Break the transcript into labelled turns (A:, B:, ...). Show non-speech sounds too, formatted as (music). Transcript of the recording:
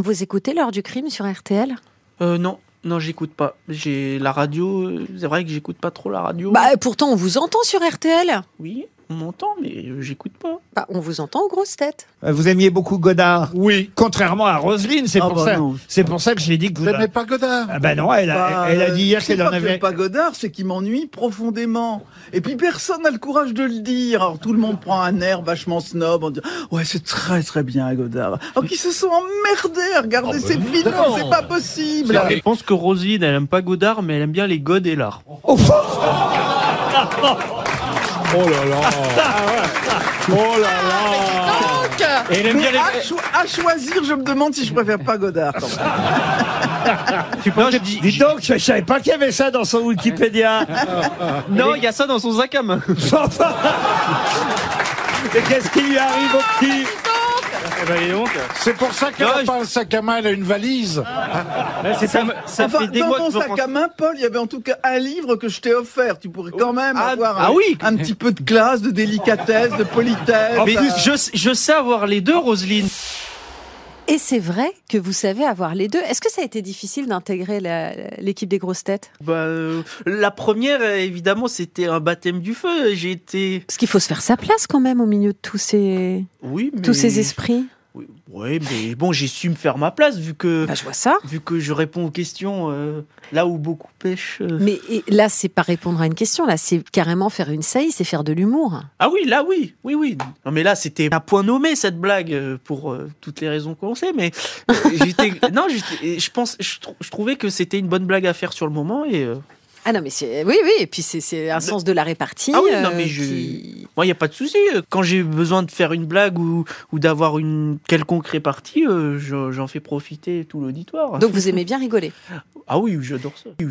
A: Vous écoutez l'heure du crime sur RTL
B: Euh, non, non, j'écoute pas. J'ai la radio. euh, C'est vrai que j'écoute pas trop la radio.
A: Bah euh, pourtant on vous entend sur RTL.
B: Oui, on m'entend, mais euh, j'écoute pas.
A: Bah on vous entend aux grosses têtes.
C: Euh, Vous aimiez beaucoup Godard
D: Oui.
C: Contrairement à Roselyne, c'est
B: Ah bah
C: pour ça.
B: non.
C: C'est pour ça que j'ai dit que vous.
D: Vous n'aimez pas Godard
C: Ah bah non, elle a,
E: Bah,
C: elle a dit hier
E: c'est
C: qu'elle
E: pas
C: en
E: que
C: avait.
E: pas Godard, c'est qu'il m'ennuie profondément. Et puis personne n'a le courage de le dire. Alors tout le monde prend un air vachement snob en disant ouais c'est très très bien Godard. Alors qu'ils se sont emmerdés à
B: Ah,
E: regarder
B: bah,
E: ces films, comme c'est pas possible.
B: Je pense que Rosine, elle aime pas Godard, mais elle aime bien les godes et l'art.
C: Au fond
D: (laughs) Oh là là
C: Ah
D: Oh là là
C: Et elle aime
E: Ah, Mais
C: bien les-
E: à, cho- à choisir, je me demande si je préfère pas Godard. quand même.
B: Non, je dis-
C: Dis donc, je savais pas qu'il y avait ça dans son
E: (laughs)
C: Wikipédia.
B: non, il y a ça dans son sac à main.
C: Enfin. Mais qu'est-ce qui lui arrive au
E: Ah,
C: petit
D: Eh ben, C'est pour ça qu'elle
B: Non,
D: n'a
B: je-
D: pas un sac à main, elle a une valise.
B: ça ça
E: Enfin,
B: fait des
E: dans
B: mois
E: mon
B: que je
E: sac à main, Paul, il y avait en tout cas un livre que je t'ai offert. Tu pourrais quand même
B: Ah,
E: avoir
B: ah
E: un,
B: oui.
E: un petit peu de classe, de délicatesse, de politesse.
B: Mais
E: Euh,
B: je, je sais avoir les deux, Roselyne.
A: Et c'est vrai que vous savez avoir les deux. Est-ce que ça a été difficile d'intégrer la- l'équipe des grosses têtes
B: Bah, euh, la première, euh, évidemment, c'était un baptême du feu. J'ai été.
A: Parce qu'il faut se faire sa place quand même au milieu de tous ces,
B: Oui, mais.
A: tous ces esprits.
B: Oui, ouais, mais bon, j'ai su me faire ma place vu que.
A: Bah, je vois ça.
B: Vu que je réponds aux questions euh, là où beaucoup pêchent. euh.
A: Mais et là, c'est pas répondre à une question. Là, c'est carrément faire une saillie, c'est faire de l'humour.
B: Ah oui, là oui, oui, oui. Non mais là c'était à point nommé cette blague euh, pour euh, toutes les raisons qu'on sait. Mais euh, j'étais, non, j'étais- et je pense, je, trou- je trouvais que c'était une bonne blague à faire sur le moment et euh,
A: Ah non, mais c'est oui, oui. Et puis c'est- c'est un sens de la répartie.
B: Ah oui, non, mais
A: euh,
B: je-
A: qui-
B: moi il y a pas de souci. euh, Quand j'ai besoin de faire une blague ou, ou d'avoir une quelconque répartie, euh, je- j'en fais profiter tout l'auditoire.
A: Donc vous aimez bien rigoler.
B: Ah oui, j'adore ça.